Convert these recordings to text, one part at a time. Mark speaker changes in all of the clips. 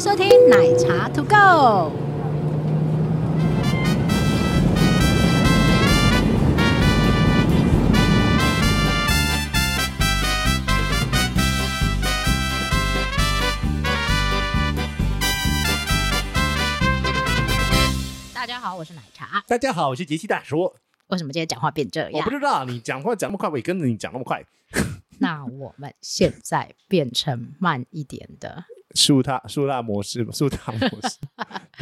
Speaker 1: 收听奶茶 To Go。大家好，我是奶茶。
Speaker 2: 大家好，我是杰西大叔。
Speaker 1: 为什么今天讲话变这
Speaker 2: 我
Speaker 1: 样
Speaker 2: 不？知道你讲话讲那么快，我也跟着你讲那么快。
Speaker 1: 那我们现在变成慢一点的。
Speaker 2: 树大树大模式， 树大模式。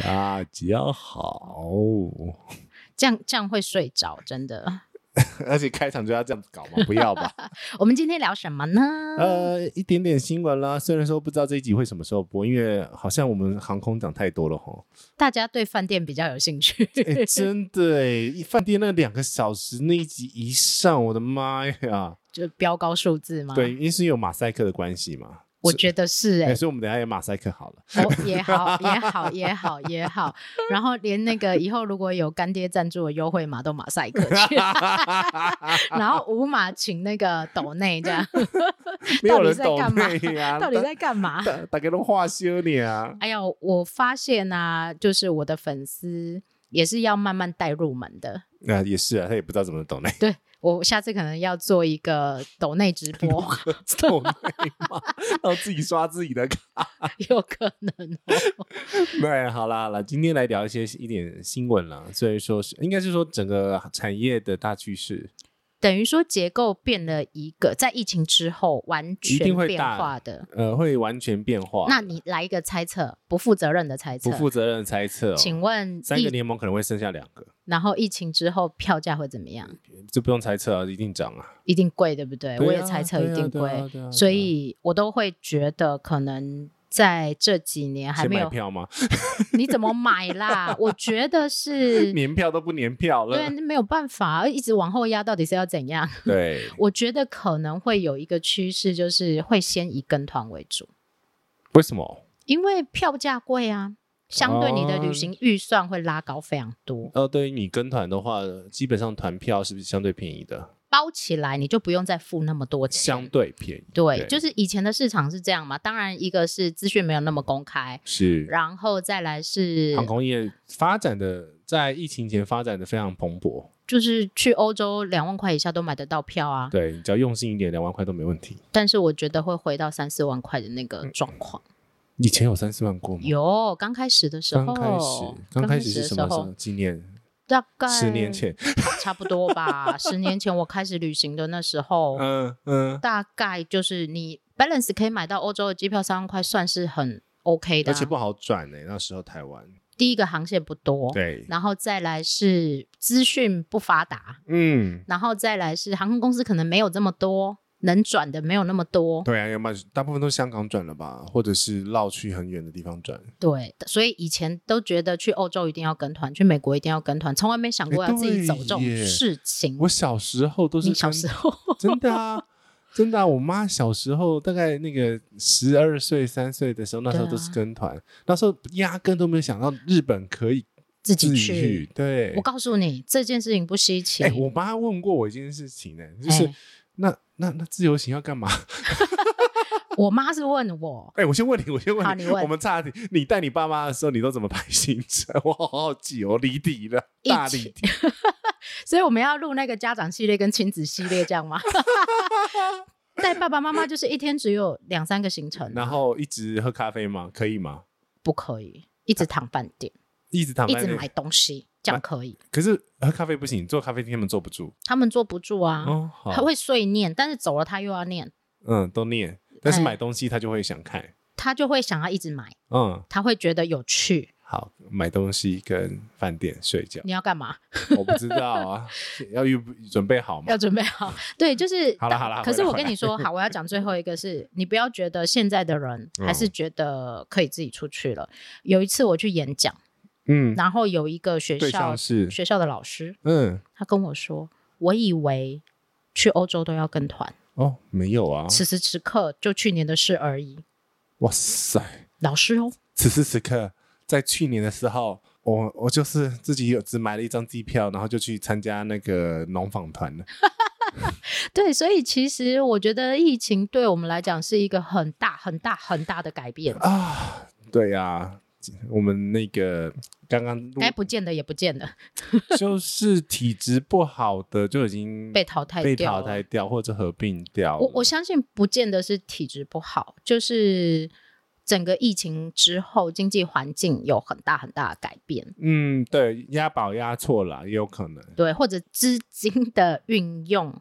Speaker 2: 大家好，
Speaker 1: 这样这样会睡着，真的。
Speaker 2: 而且开场就要这样子搞 吗？不要吧。
Speaker 1: 我们今天聊什么呢？
Speaker 2: 呃，一点点新闻啦。虽然说不知道这一集会什么时候播，因为好像我们航空涨太多了 吼。
Speaker 1: 大家对饭店比较有兴趣。
Speaker 2: 哎，真的诶，一饭店那两个小时那一集一上，我的妈呀！
Speaker 1: 就标高数字吗？
Speaker 2: 对，，因为是有马赛克的关系嘛。
Speaker 1: 我觉得是哎、
Speaker 2: 哎，所以我们等一下也马赛克好了。
Speaker 1: 哦，也好，也好，也好，也好。然后连那个以后如果有干爹赞助的优惠码都马赛克去， 然后五码请那个抖内这样，
Speaker 2: 没有人
Speaker 1: 到底
Speaker 2: 懂
Speaker 1: 在干嘛
Speaker 2: 你啊，
Speaker 1: 到底在干嘛？
Speaker 2: 大大家都化修你啊！
Speaker 1: 哎呦，我发现啊，就是我的粉丝也是要慢慢带入门的。
Speaker 2: 那、也是 啊，他也不知道怎么 懂嘞。
Speaker 1: 对我下次可能要做一个抖内直播，
Speaker 2: 懂内 嘛，然后自己刷自己的卡。
Speaker 1: 有可能哦、
Speaker 2: 对，好啦，好啦，今天来聊一些一点新闻啦。所以说是，应该是说整个产业的大趋势，
Speaker 1: 等于说结构变了一个，在疫情之后完
Speaker 2: 一定
Speaker 1: 全
Speaker 2: 会
Speaker 1: 变
Speaker 2: 大
Speaker 1: 化的。
Speaker 2: 呃，会完全变化。
Speaker 1: 那你来一个猜测，不负责任的猜测。
Speaker 2: 不负责任的猜测、哦，
Speaker 1: 请问
Speaker 2: 三个
Speaker 1: 疫，
Speaker 2: 联盟可能会剩下两个，
Speaker 1: 然后疫情之后票价会怎么样？
Speaker 2: 这不用猜测啊，一定涨啊。
Speaker 1: 一定贵，对不对？
Speaker 2: 对啊
Speaker 1: 我也猜测一定
Speaker 2: 对啊对啊
Speaker 1: 贵，
Speaker 2: 对啊对啊
Speaker 1: 所以我都会觉得可能在这几年还
Speaker 2: 先
Speaker 1: 没
Speaker 2: 买
Speaker 1: 有。
Speaker 2: 票吗？
Speaker 1: 你怎么买 啦？我觉得是。
Speaker 2: 年票都不年票
Speaker 1: 嗯对，啊
Speaker 2: 了。
Speaker 1: 没有办法，一直往后压，到底是要怎样？
Speaker 2: 对，
Speaker 1: 我觉得可能会有一个趋势，就是会先以跟团为主，
Speaker 2: 为什么？
Speaker 1: 因为票价贵啊，相对你的旅
Speaker 2: 哦
Speaker 1: 行预算会拉高非常多。
Speaker 2: 呃，对于你跟团的话，基本上团票是不是相对便宜的？
Speaker 1: 包起来，你就不用再付那么多
Speaker 2: 相
Speaker 1: 钱。
Speaker 2: 对便宜，
Speaker 1: 对，
Speaker 2: 对
Speaker 1: 就是以前的市场是这样嘛。当然，一个是资讯没有那么公开，
Speaker 2: 是
Speaker 1: 然后再来是
Speaker 2: 航空业发展的在疫情前发展的非常蓬勃，
Speaker 1: 就是去欧洲两万块以下都买得到票啊。
Speaker 2: 对，你只要用心一点，两万块都没问题。
Speaker 1: 但是我觉得会回到三四万块的那个
Speaker 2: 嗯
Speaker 1: 状况。
Speaker 2: 以前有三四万过吗？
Speaker 1: 有刚开始的时候，
Speaker 2: 刚开始，刚开始是什么时候？？今年
Speaker 1: 大概
Speaker 2: 十年，前。
Speaker 1: 差不多吧。十年前我开始旅行的那时 候，
Speaker 2: 嗯嗯，
Speaker 1: 大概就是你 balance 可以买到欧洲的机票三万块，算是很 OK 的
Speaker 2: 而
Speaker 1: 啊、
Speaker 2: 且不好转呢，那时候台湾。
Speaker 1: 第一个航线不多，
Speaker 2: 对，
Speaker 1: 然后再来是资讯不发达，
Speaker 2: 嗯，
Speaker 1: 然后再来是航空公司可能没有这么多能转的，没有那么多，
Speaker 2: 对啊，要么大部分都香港转了吧，或者是绕去很远的地方转。
Speaker 1: 对，所以以前都觉得去欧洲一定要跟团，去美国一定要跟团，从来没想过
Speaker 2: 哎
Speaker 1: 要自己
Speaker 2: 对
Speaker 1: 走这种
Speaker 2: 耶
Speaker 1: 事情。
Speaker 2: 我小时候都是
Speaker 1: 你小
Speaker 2: 跟
Speaker 1: 时候
Speaker 2: 真的啊，真的啊！我妈小时候大概那个十二岁、三岁的时候，那时候
Speaker 1: 对啊
Speaker 2: 都是跟团，那时候压根都没有想到日本可以
Speaker 1: 自
Speaker 2: 自
Speaker 1: 己
Speaker 2: 己
Speaker 1: 去
Speaker 2: 去。，对
Speaker 1: 我，告诉你这件事情不稀奇。
Speaker 2: 哎、我妈问过我一件事情呢、就是、
Speaker 1: 哎
Speaker 2: 那那那自由行要干嘛？
Speaker 1: 我妈是问我，
Speaker 2: 哎、我先问你，我先问
Speaker 1: 好
Speaker 2: 你，
Speaker 1: 你问
Speaker 2: 我们差点，你带你爸妈的时候，你都怎么排行程？ 我好好记哦，离题了，
Speaker 1: 一
Speaker 2: 大
Speaker 1: 起
Speaker 2: 离题。
Speaker 1: 所以我们要录那个家长系列跟亲子系列，这 样吗？带爸爸妈妈就是一天只有两三个行程啊，
Speaker 2: 然后一直喝咖啡吗？可以吗？
Speaker 1: 不可以一直躺饭店。
Speaker 2: 一直躺
Speaker 1: 一
Speaker 2: 在
Speaker 1: 直
Speaker 2: 那
Speaker 1: 买，东西，这样可以。
Speaker 2: 可是喝咖啡不行，做咖啡厅他们坐不住。
Speaker 1: 他们坐不住啊，
Speaker 2: 哦，好，
Speaker 1: 他会碎念，但是走了他又要念，
Speaker 2: 嗯，都念，但是
Speaker 1: 哎
Speaker 2: 买东西他就会想看。
Speaker 1: 他就会想要一直买，
Speaker 2: 嗯，
Speaker 1: 他会觉得有趣。
Speaker 2: 好，买东西跟饭店睡 觉，
Speaker 1: 你要干嘛？
Speaker 2: 我不知道啊，要预准备好吗
Speaker 1: 要？准备好。 对，就是
Speaker 2: 好啦
Speaker 1: 但
Speaker 2: 好啦
Speaker 1: 可是
Speaker 2: 回来
Speaker 1: 我跟你说，好，我要讲最后一个是，你不要觉得现在的人
Speaker 2: 嗯
Speaker 1: 还是觉得可以自己出去了。有一次我去演讲，
Speaker 2: 嗯，
Speaker 1: 然后有一个学
Speaker 2: 对
Speaker 1: 校
Speaker 2: 象是，
Speaker 1: 学校的老师，
Speaker 2: 嗯，
Speaker 1: 他跟我说，我以为去欧洲都要跟团，
Speaker 2: 哦，没有啊，
Speaker 1: 此时此刻就去年的事而已。
Speaker 2: 哇塞，
Speaker 1: 老师哦，
Speaker 2: 此时此刻，在去年的时候，我我就是自己有只买了一张机票，然后就去参加那个农访团了。
Speaker 1: 对，所以其实我觉得疫情对我们来讲是一个很大、很大、很大的改变，
Speaker 2: 啊，对呀、我们那个刚刚录
Speaker 1: 该不见的也不见
Speaker 2: 嗯
Speaker 1: 了，
Speaker 2: 就是体质不好的就已经
Speaker 1: 被淘汰
Speaker 2: 被
Speaker 1: 掉了
Speaker 2: 淘汰掉或者合并掉了。
Speaker 1: 我我相信不见得是体质不好，就是整个疫情之后经济环境有很大很大的改变，
Speaker 2: 嗯，对，押宝押错了也有可能。
Speaker 1: 对，或者资金的运用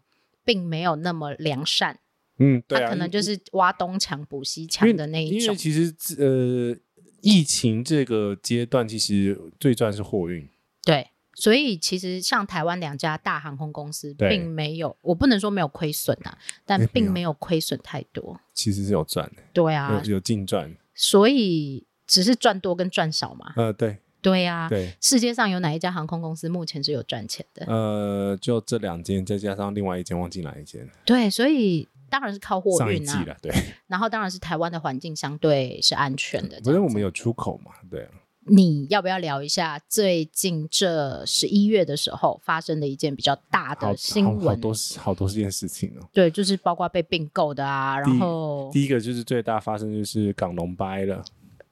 Speaker 1: 并没有那么良善，
Speaker 2: 嗯，对
Speaker 1: 它
Speaker 2: 啊，
Speaker 1: 可能
Speaker 2: 因
Speaker 1: 就是挖东墙补西墙
Speaker 2: 因
Speaker 1: 的那
Speaker 2: 为
Speaker 1: 一
Speaker 2: 因为
Speaker 1: 种。
Speaker 2: 其实呃，疫情这个阶段其实最赚是货运。
Speaker 1: 对，所以其实像台湾两家大航空公司
Speaker 2: 对
Speaker 1: 并没有，我不能说没有亏损啊，但
Speaker 2: 哎没
Speaker 1: 并
Speaker 2: 有
Speaker 1: 没有亏损太多。
Speaker 2: 其实是有赚的，
Speaker 1: 对啊，
Speaker 2: 有有净赚。
Speaker 1: 所以只是赚多跟赚少嘛。
Speaker 2: 呃，对
Speaker 1: 对啊，
Speaker 2: 对，
Speaker 1: 世界上有哪一家航空公司目前是有赚钱的？
Speaker 2: 呃，就这两间，再加上另外一间，忘记哪一间，
Speaker 1: 对，所以当然是靠货
Speaker 2: 上一
Speaker 1: 运
Speaker 2: 季
Speaker 1: 啊，
Speaker 2: 了，对。
Speaker 1: 然后当然是台湾的环境相对是安全的。
Speaker 2: 不是我们有出口嘛？对啊，
Speaker 1: 你要不要聊一下最近这十一月的时候发生的一件比较大
Speaker 2: 好
Speaker 1: 的新
Speaker 2: 好好
Speaker 1: 闻？啊
Speaker 2: 多好多件事情哦。
Speaker 1: 对，就是包括被并购的啊，
Speaker 2: 第
Speaker 1: 然
Speaker 2: 一
Speaker 1: 后
Speaker 2: 第一个就是最大发生就是港龙掰了，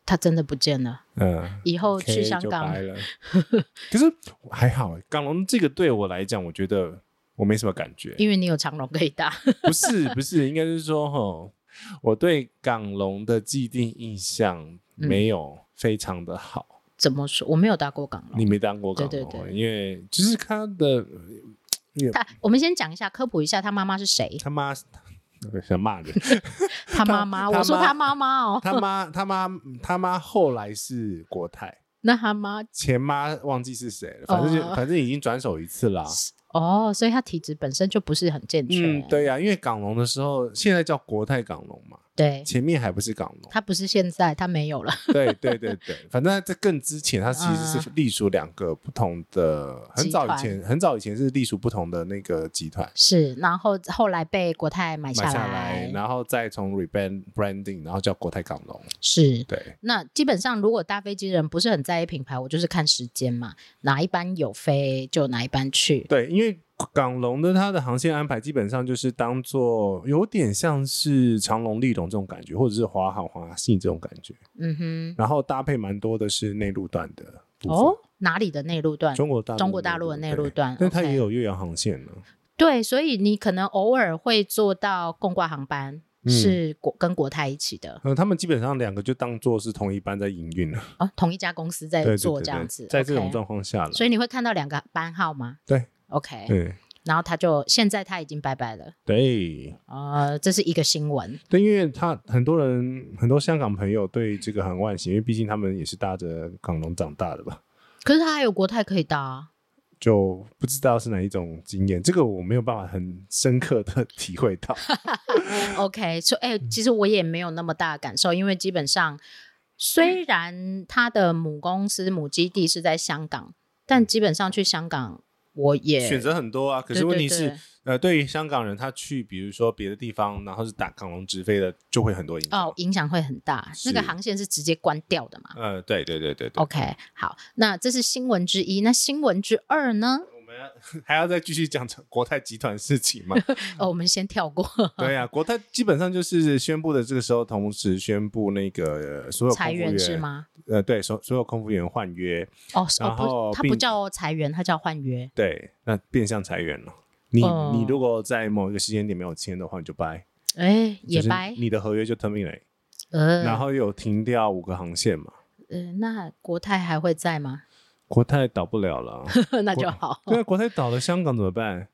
Speaker 1: 他真的不见了，
Speaker 2: 嗯，
Speaker 1: 以后去
Speaker 2: K
Speaker 1: 香
Speaker 2: 就
Speaker 1: 港
Speaker 2: 掰 了。可是还好，欸港龙这个对我来讲，我觉得我没什么感觉。
Speaker 1: 因为你有长龙可以搭，
Speaker 2: 不是不是，应该是说吼，我对港龙的既定印象
Speaker 1: 嗯
Speaker 2: 没有非常的好。
Speaker 1: 怎么说？我没有搭过港
Speaker 2: 你
Speaker 1: 龙。
Speaker 2: 没当过港
Speaker 1: 对
Speaker 2: 龙，哦
Speaker 1: 对对
Speaker 2: 因为就是他的
Speaker 1: 他，我们先讲一下，科普一下他妈妈是谁。
Speaker 2: 他妈。想骂人，
Speaker 1: 他妈妈，
Speaker 2: 他
Speaker 1: 我说
Speaker 2: 妈
Speaker 1: 他妈妈哦，
Speaker 2: 他妈他妈他妈后来是国泰，
Speaker 1: 那他妈
Speaker 2: 前妈忘记是谁了，反正就、
Speaker 1: 哦
Speaker 2: 反正已经转手一次啦。
Speaker 1: 哦，所以他体质本身就不是很健全。
Speaker 2: 嗯，对呀、因为港龙的时候，现在叫国泰港龙嘛，
Speaker 1: 对，
Speaker 2: 前面还不是港 龙。
Speaker 1: 他不是现在，他没有了。
Speaker 2: 对对对 对，反正在更之前，它其实
Speaker 1: 嗯
Speaker 2: 是隶属两个不同的，很早以前，很早以前是隶属不同的那个集团
Speaker 1: 是，然后后来被国泰买
Speaker 2: 买
Speaker 1: 下
Speaker 2: 下来，然后再从 rebrand branding，然后叫国泰港龙。
Speaker 1: 是。
Speaker 2: 对，
Speaker 1: 那基本上，如果搭飞机的人不是很在意品牌，我就是看时间嘛，哪一班有飞就哪一班去。
Speaker 2: 对，因为港龙的它的航线安排基本上就是当做有点像是长龙、立龙这种感觉，或者是华航、华信这种感觉，
Speaker 1: 嗯哼，
Speaker 2: 然后搭配蛮多的是内陆段的部分。
Speaker 1: 哦，哪里的内陆段？
Speaker 2: 中国大陆
Speaker 1: 中国大陆的内陆
Speaker 2: 对
Speaker 1: 段
Speaker 2: 但它
Speaker 1: OK
Speaker 2: 也有岳阳航线呢。
Speaker 1: 对，所以你可能偶尔会坐到共挂航班，
Speaker 2: 嗯
Speaker 1: 是国跟国泰一起的，
Speaker 2: 呃，他们基本上两个就当做是同一班在营运了，
Speaker 1: 哦，同一家公司在
Speaker 2: 对对
Speaker 1: 做
Speaker 2: 对
Speaker 1: 这样
Speaker 2: 对
Speaker 1: 子。
Speaker 2: 在这
Speaker 1: OK
Speaker 2: 种状况下了，
Speaker 1: 所以你会看到两个班号吗？
Speaker 2: 对
Speaker 1: ，OK，
Speaker 2: 对
Speaker 1: 然后他就现在他已经拜拜了，
Speaker 2: 对
Speaker 1: 呃，这是一个新闻，
Speaker 2: 对，因为他很多人很多香港朋友对这个很惋惜，因为毕竟他们也是搭着港龙长大的吧，
Speaker 1: 可是他还有国泰可以搭、啊，
Speaker 2: 就不知道是哪一种经验，这个我没有办法很深刻的 体会到。
Speaker 1: OK，所以哎、
Speaker 2: 嗯
Speaker 1: 其实我也没有那么大的感受，因为基本上虽然它的母公司母基地是在香港，但基本上去香港我也
Speaker 2: 嗯选择很多啊，可
Speaker 1: 对
Speaker 2: 是
Speaker 1: 对
Speaker 2: 问题是，
Speaker 1: 对
Speaker 2: 呃，对于香港人，他去比如说别的地方，然后是打港龙直飞的，就会很多影响。
Speaker 1: 哦影响会很大，那个
Speaker 2: 是
Speaker 1: 航线是直接关掉的嘛。
Speaker 2: 呃，对对对对对。
Speaker 1: OK，好，那这是新闻之一。那新闻之二呢？
Speaker 2: 我们要还要再继续讲国泰集团事情吗？
Speaker 1: 哦，我们先跳过。
Speaker 2: 对呀、国泰基本上就是宣布的这个时候，同时宣布那个、呃所有 空
Speaker 1: 裁
Speaker 2: 服
Speaker 1: 员
Speaker 2: 员
Speaker 1: 是？吗？
Speaker 2: 呃，对，所所有空服员换约，
Speaker 1: 哦，是
Speaker 2: 然
Speaker 1: 哦
Speaker 2: 后
Speaker 1: 不，它
Speaker 2: 并
Speaker 1: 不叫裁员，它叫换约。
Speaker 2: 对，那变相裁员了。你、
Speaker 1: 哦
Speaker 2: 你如果在某一个时间点没有签的话，你就掰，
Speaker 1: 哎，也
Speaker 2: 就是嗯
Speaker 1: 掰。
Speaker 2: 你的合约就 terminate，、
Speaker 1: 呃，
Speaker 2: 然后有停掉五个航线嘛。
Speaker 1: 呃，那国泰还会在吗？
Speaker 2: 国泰倒不了了，
Speaker 1: 那
Speaker 2: 国
Speaker 1: 就好。
Speaker 2: 对啊，国泰倒了，香港怎么办？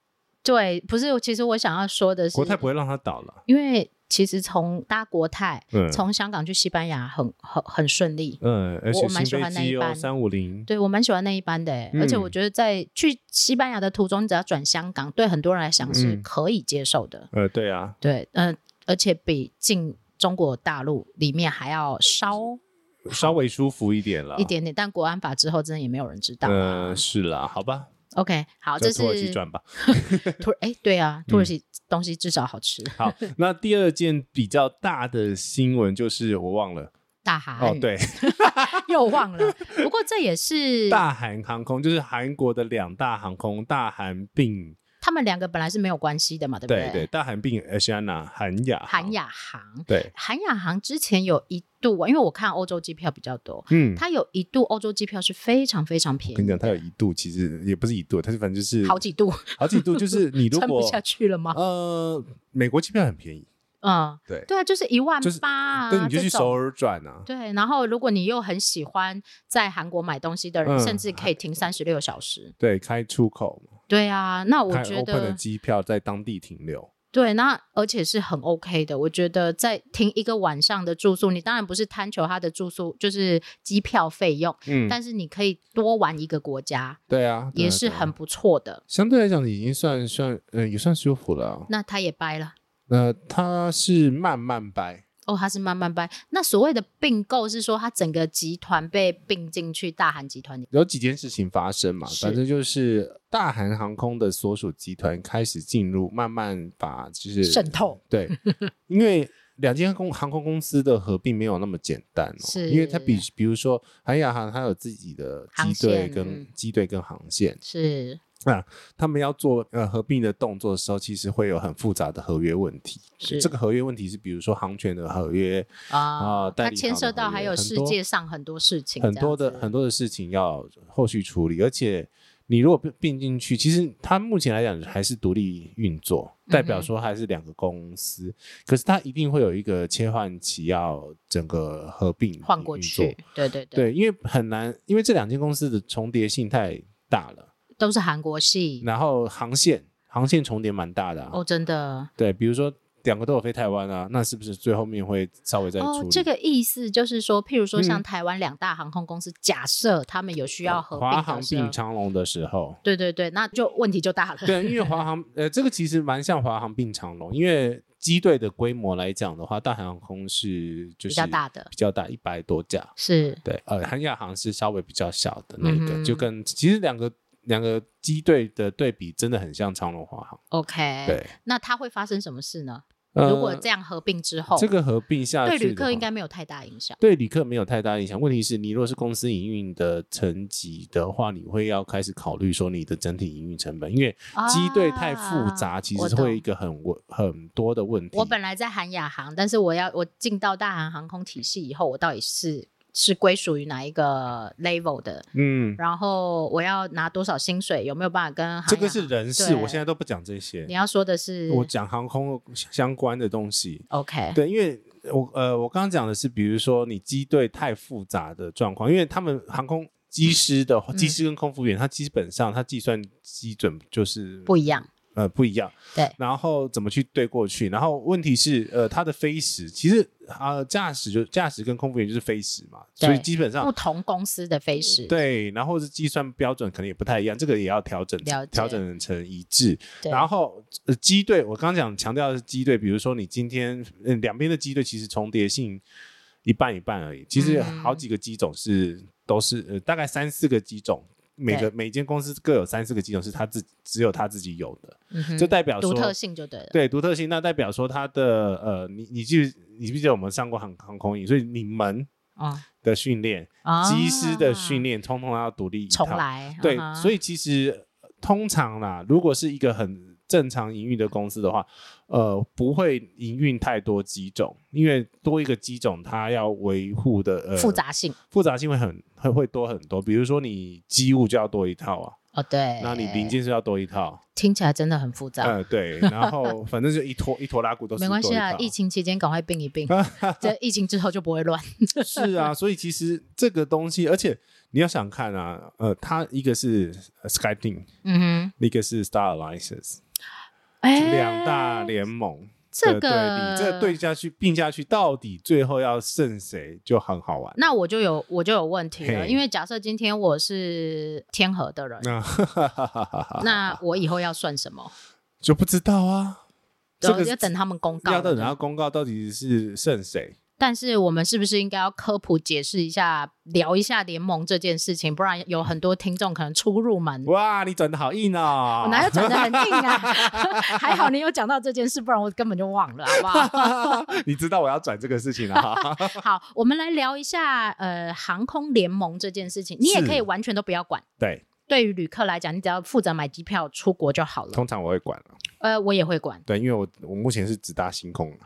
Speaker 1: 对，不是，其实我想要说的是，
Speaker 2: 国泰不会让它倒了。
Speaker 1: 因为其实从搭国泰、
Speaker 2: 嗯
Speaker 1: 从香港去西班牙很很很顺利，
Speaker 2: 嗯，而且
Speaker 1: 我蛮喜
Speaker 2: 新飞
Speaker 1: 欢那一
Speaker 2: 机哦，
Speaker 1: 班
Speaker 2: 三五零，
Speaker 1: 对我蛮喜欢那一班的欸、而且
Speaker 2: 嗯
Speaker 1: 我觉得在去西班牙的途中，只要转香港，对很多人来讲是
Speaker 2: 嗯
Speaker 1: 可以接受的。
Speaker 2: 呃，对啊，
Speaker 1: 对，嗯、而且比进中国大陆里面还要稍
Speaker 2: 稍微舒服一点了，
Speaker 1: 一点点，但国安法之后，真的也没有人知道啊、
Speaker 2: 呃，是啦，好吧，
Speaker 1: OK，好，
Speaker 2: 就
Speaker 1: 这是
Speaker 2: 土耳其转吧。嗯
Speaker 1: 土哎、对啊，土耳其东西至少好吃，
Speaker 2: 好，那第二件比较大的新闻就是我忘了
Speaker 1: 大韩
Speaker 2: 哦，，对，
Speaker 1: 又忘 了。不过这也是
Speaker 2: 大韩航空就是韩国的两大航空，大韩并
Speaker 1: 他们两个本来是没有关系的嘛，对不
Speaker 2: 对
Speaker 1: 对
Speaker 2: 对，大韩并 H 安娜韩雅
Speaker 1: 韩雅航，
Speaker 2: 对，
Speaker 1: 韩雅航之前有一度啊，因为我看欧洲机票比较多，
Speaker 2: 嗯，
Speaker 1: 它有一度欧洲机票是非常非常便
Speaker 2: 跟
Speaker 1: 宜
Speaker 2: 你讲，
Speaker 1: 的，
Speaker 2: 它有一度其实也不是一度，它是反正就是
Speaker 1: 好几度
Speaker 2: 好几度，就是你如
Speaker 1: 撑不
Speaker 2: 果
Speaker 1: 下去了吗？
Speaker 2: 呃，美国机票很便宜，
Speaker 1: 嗯，
Speaker 2: 对
Speaker 1: 对啊，就是一万
Speaker 2: 就是
Speaker 1: 八啊，
Speaker 2: 对，你就
Speaker 1: 这
Speaker 2: 去
Speaker 1: 种
Speaker 2: 首尔转啊，
Speaker 1: 对，然后如果你又很喜欢在韩国买东西的人，
Speaker 2: 嗯
Speaker 1: 甚至可以停三十六小时。
Speaker 2: 对，开出口嘛，
Speaker 1: 对啊，那我
Speaker 2: 开
Speaker 1: 觉
Speaker 2: open 的
Speaker 1: 得
Speaker 2: 机票在当地停留，
Speaker 1: 对，那而且是很 OK 的。我觉得在停一个晚上的住宿，你当然不是贪求它的住宿就是机票费用，
Speaker 2: 嗯，
Speaker 1: 但是你可以多玩一个国家，
Speaker 2: 对啊，对啊
Speaker 1: 也是
Speaker 2: 对啊
Speaker 1: 很不错的。
Speaker 2: 相对来讲已经算算呃也算舒服了啊、
Speaker 1: 那他也掰了。
Speaker 2: 那它是慢慢掰，
Speaker 1: 哦，他是慢慢掰。那所谓的并购是说，他整个集团被并进去大韩集团里。
Speaker 2: 有几件事情发生嘛，
Speaker 1: 是
Speaker 2: 反正就是大韩航空的所属集团开始进入，慢慢把就是
Speaker 1: 渗透。
Speaker 2: 对，因为两间公航空公司的合并没有那么简单哦，
Speaker 1: 是
Speaker 2: 因为它比比如说韩亚航，它有自己的
Speaker 1: 航
Speaker 2: 机队
Speaker 1: 线
Speaker 2: 跟
Speaker 1: 嗯
Speaker 2: 机队跟航线，
Speaker 1: 是
Speaker 2: 他们要做呃合并的动作的时候，其实会有很复杂的合约问题。
Speaker 1: 是
Speaker 2: 这个合约问题是比如说航权的合约，
Speaker 1: 啊，
Speaker 2: 啊代
Speaker 1: 它
Speaker 2: 理
Speaker 1: 牵
Speaker 2: 行
Speaker 1: 涉
Speaker 2: 的
Speaker 1: 到
Speaker 2: 行
Speaker 1: 还
Speaker 2: 业
Speaker 1: 有
Speaker 2: 很
Speaker 1: 世
Speaker 2: 多
Speaker 1: 界上很多事情这
Speaker 2: 很
Speaker 1: 样子，
Speaker 2: 多的很多的事情要后续处理，而且你如果并并进去，其实它目前来讲还是独立运作，代
Speaker 1: 嗯
Speaker 2: 表说还是两个公司，可是它一定会有一个切换期，要整个合并
Speaker 1: 换过
Speaker 2: 运作
Speaker 1: 去。，对对对，
Speaker 2: 对，因为很难，因为这两间公司的重叠性太大了，
Speaker 1: 都是韩国系
Speaker 2: 然后航线航线重叠蛮大的、啊，
Speaker 1: 嗯哦，真的
Speaker 2: 对，比如说两个都有飞台湾啊，那是不是最后面会稍微再处
Speaker 1: 哦
Speaker 2: 理？，
Speaker 1: 这个意思就是说，譬如说像
Speaker 2: 嗯
Speaker 1: 台湾两大航空公司，假设他们有需要合并
Speaker 2: 华
Speaker 1: 的
Speaker 2: 航
Speaker 1: 时候
Speaker 2: 并长龙的时候，
Speaker 1: 对对对，那就问题就大了。
Speaker 2: 对，因为华航呃，这个其实蛮像华航并长龙，因为机队的规模来讲的话，大韩航空是就是
Speaker 1: 比较大的
Speaker 2: 比较大一百多架，
Speaker 1: 是
Speaker 2: 对，呃，韩亚航是稍微比较小的那
Speaker 1: 嗯
Speaker 2: 个，
Speaker 1: 哼
Speaker 2: 就跟其实两个两个机队的对比真的很像长龙华航，
Speaker 1: OK，
Speaker 2: 对，
Speaker 1: 那它会发生什么事呢？
Speaker 2: 呃
Speaker 1: 哎如果这样合并之后，
Speaker 2: 这个合并下
Speaker 1: 对
Speaker 2: 去，
Speaker 1: 旅客应。该没有太大影响。
Speaker 2: 对旅客没有太大影响，问题是你如果是公司营运的层级的话，你会要开始考虑说你的整体营运成本，因为机队太复
Speaker 1: 啊
Speaker 2: 杂，其
Speaker 1: 我
Speaker 2: 实会有
Speaker 1: 懂
Speaker 2: 一个很问很多的问题。
Speaker 1: 我本来在韩亚航，但是我要我进到大韩航空体系以后，我到底是是归属于哪一个 level 的？
Speaker 2: 嗯，
Speaker 1: 然后我要拿多少薪水？有没有办法跟韩亚航
Speaker 2: 这个是人事，
Speaker 1: 啊对
Speaker 2: 我现在都不讲这些
Speaker 1: 你，要说的是
Speaker 2: 我讲航空相关的东西。
Speaker 1: OK
Speaker 2: 对，因为我呃，我刚刚讲的是，比如说你机队太复杂的状况，因为他们航空机师的
Speaker 1: 嗯
Speaker 2: 机师跟空服员，他基本上他计算基准就是
Speaker 1: 不一样，
Speaker 2: 呃不一样，
Speaker 1: 对
Speaker 2: 然后怎么去对过去，然后问题是呃他的飞时，其实啊、呃驾驶就驾驶跟空服员就是飞时嘛，
Speaker 1: 对
Speaker 2: 所以基本
Speaker 1: 不
Speaker 2: 上。
Speaker 1: 同公司的飞时，
Speaker 2: 对，然后是计算标准可能也不太一样，这个也要调整
Speaker 1: 了解，
Speaker 2: 调整成一致。
Speaker 1: 对
Speaker 2: 然后呃，机队，我刚刚讲强调的是机队，比如说你今天嗯两边的机队其实重叠性一半一半而已，其实
Speaker 1: 嗯
Speaker 2: 好几个机种是都是呃大概三四个机种。每个每间公司各有三四个机种是他自只有他自己有的，
Speaker 1: 嗯哼
Speaker 2: 就代表说
Speaker 1: 独特性就对了。
Speaker 2: 对独特性，那代表说它的呃，你你记不你记不记得我们上过航航空营，所以你们
Speaker 1: 嗯
Speaker 2: 的训练、
Speaker 1: 啊
Speaker 2: 机师的训练，通通要独立一
Speaker 1: 重
Speaker 2: 套
Speaker 1: 来，
Speaker 2: 对，
Speaker 1: 嗯哼
Speaker 2: 所以其实呃通常啦，如果是一个很正常营运的公司的话，呃，不会营运太多机种，因为多一个机种，它要维护的呃
Speaker 1: 复杂性
Speaker 2: 复杂性会很会会多很多。比如说你机务就要多一套啊，
Speaker 1: 哦，对，
Speaker 2: 那你零件是要多一套，
Speaker 1: 听起来真的很复杂。
Speaker 2: 呃，对，然后反正就一拖一拖拉股都是
Speaker 1: 啊没关系啊，
Speaker 2: 多一
Speaker 1: 疫
Speaker 2: 套
Speaker 1: 情期间赶快并一 并，这疫情之后就不会乱。
Speaker 2: 是啊，所以其实这个东西，而且你要想看啊，呃，它一个是 SkyTeam，
Speaker 1: 嗯
Speaker 2: 一个是 Star Alliances，
Speaker 1: 哼，哎
Speaker 2: 两大联盟
Speaker 1: 这
Speaker 2: 的对
Speaker 1: 个
Speaker 2: 立，这对下去并下去，到底最后要胜谁就很好玩。
Speaker 1: 那我就有我就有问题了，
Speaker 2: 嘿
Speaker 1: 因为假设今天我是天河的人，
Speaker 2: 那 啊
Speaker 1: 那我以后要算什么？
Speaker 2: 就不知道啊，这
Speaker 1: 然后
Speaker 2: 个
Speaker 1: 要等他们公告
Speaker 2: 要等
Speaker 1: 了
Speaker 2: 然后公告到底是胜谁？
Speaker 1: 但是我们是不是应该要科普解释一下，聊一下联盟这件事情？不然有很多听众可能出入蛮……
Speaker 2: 哇，你转的好硬啊！
Speaker 1: 我哪有讲的很硬啊？ 还好你有讲到这件事，不然我根本就忘了，好不好？
Speaker 2: 你知道我要转这个事情了、啊哈。
Speaker 1: 好，我们来聊一下呃航空联盟这件事情，你也
Speaker 2: 是
Speaker 1: 可以完全都不要管，
Speaker 2: 对，
Speaker 1: 对于旅客来讲，你只要负责买机票出国就好了。
Speaker 2: 通常我会管了，
Speaker 1: 呃，我也会管。
Speaker 2: 对，因为我我目前是只搭星空了，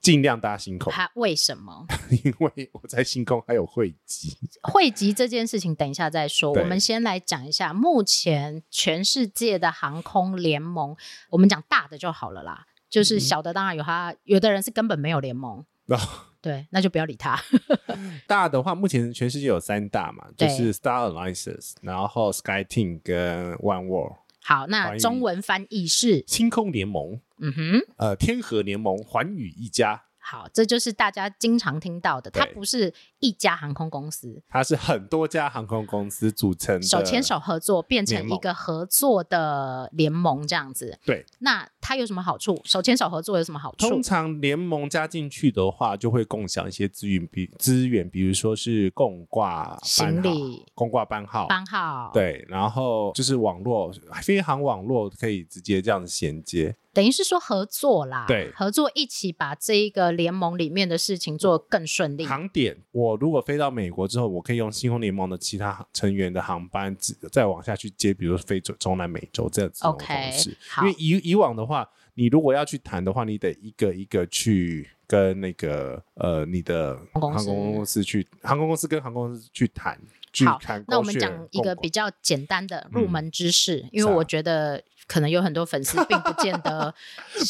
Speaker 2: 尽量搭星空，
Speaker 1: 他为什么
Speaker 2: 因为我在星空还有会籍，
Speaker 1: 汇集这件事情？等一下再说。
Speaker 2: 对
Speaker 1: 我们先来讲一下，目前全世界的航空联盟，我们讲大的就好了啦。
Speaker 2: 嗯
Speaker 1: 就是小的当然有他，有的人是根本没有联盟，
Speaker 2: 然
Speaker 1: 对，那就不要理他。
Speaker 2: 大的话，目前全世界有三大嘛，就
Speaker 1: 对
Speaker 2: 是 Star Alliances，然后 SkyTeam 跟 One World
Speaker 1: 好，那
Speaker 2: 欢迎
Speaker 1: 中文翻译是，
Speaker 2: 星空联盟，
Speaker 1: 嗯哼，
Speaker 2: 呃，天河联盟，环宇一家，
Speaker 1: 好，这就是大家经常听到的，它
Speaker 2: 对
Speaker 1: 不是一家航空公司，
Speaker 2: 它是很多家航空公司组成的，
Speaker 1: 手牵手合作变成
Speaker 2: 联
Speaker 1: 一
Speaker 2: 盟
Speaker 1: 个合作的联盟这样子。
Speaker 2: 对，
Speaker 1: 那它有什么好处？手牵手合作有什么好处
Speaker 2: 通？常联盟加进去的话，就会共享一些资源，比资源，比如说是共挂班
Speaker 1: 行
Speaker 2: 号、
Speaker 1: 李
Speaker 2: 共挂班号，
Speaker 1: 班号，，
Speaker 2: 对，然后就是网络飞航网络可以直接这样衔接，
Speaker 1: 等于是说合作啦，
Speaker 2: 对
Speaker 1: 合作一起把这一个联盟里面的事情做得更顺利。
Speaker 2: 航点，我如果飞到美国之后，我可以用星空联盟的其他成员的航班，只再往下去接，比如说飞中中南美洲这样子的
Speaker 1: OK，
Speaker 2: 方式。
Speaker 1: 好
Speaker 2: 因为以以往的话，你如果要去谈的话，你得一个一个去跟那个呃你的
Speaker 1: 公
Speaker 2: 航
Speaker 1: 司
Speaker 2: 空公司去，航空公司跟航空公司去谈，去
Speaker 1: 好
Speaker 2: 谈。
Speaker 1: 那我们讲一个比较简单的入门知识，因为
Speaker 2: 嗯是啊
Speaker 1: 我觉得可能有很多粉丝并不见 得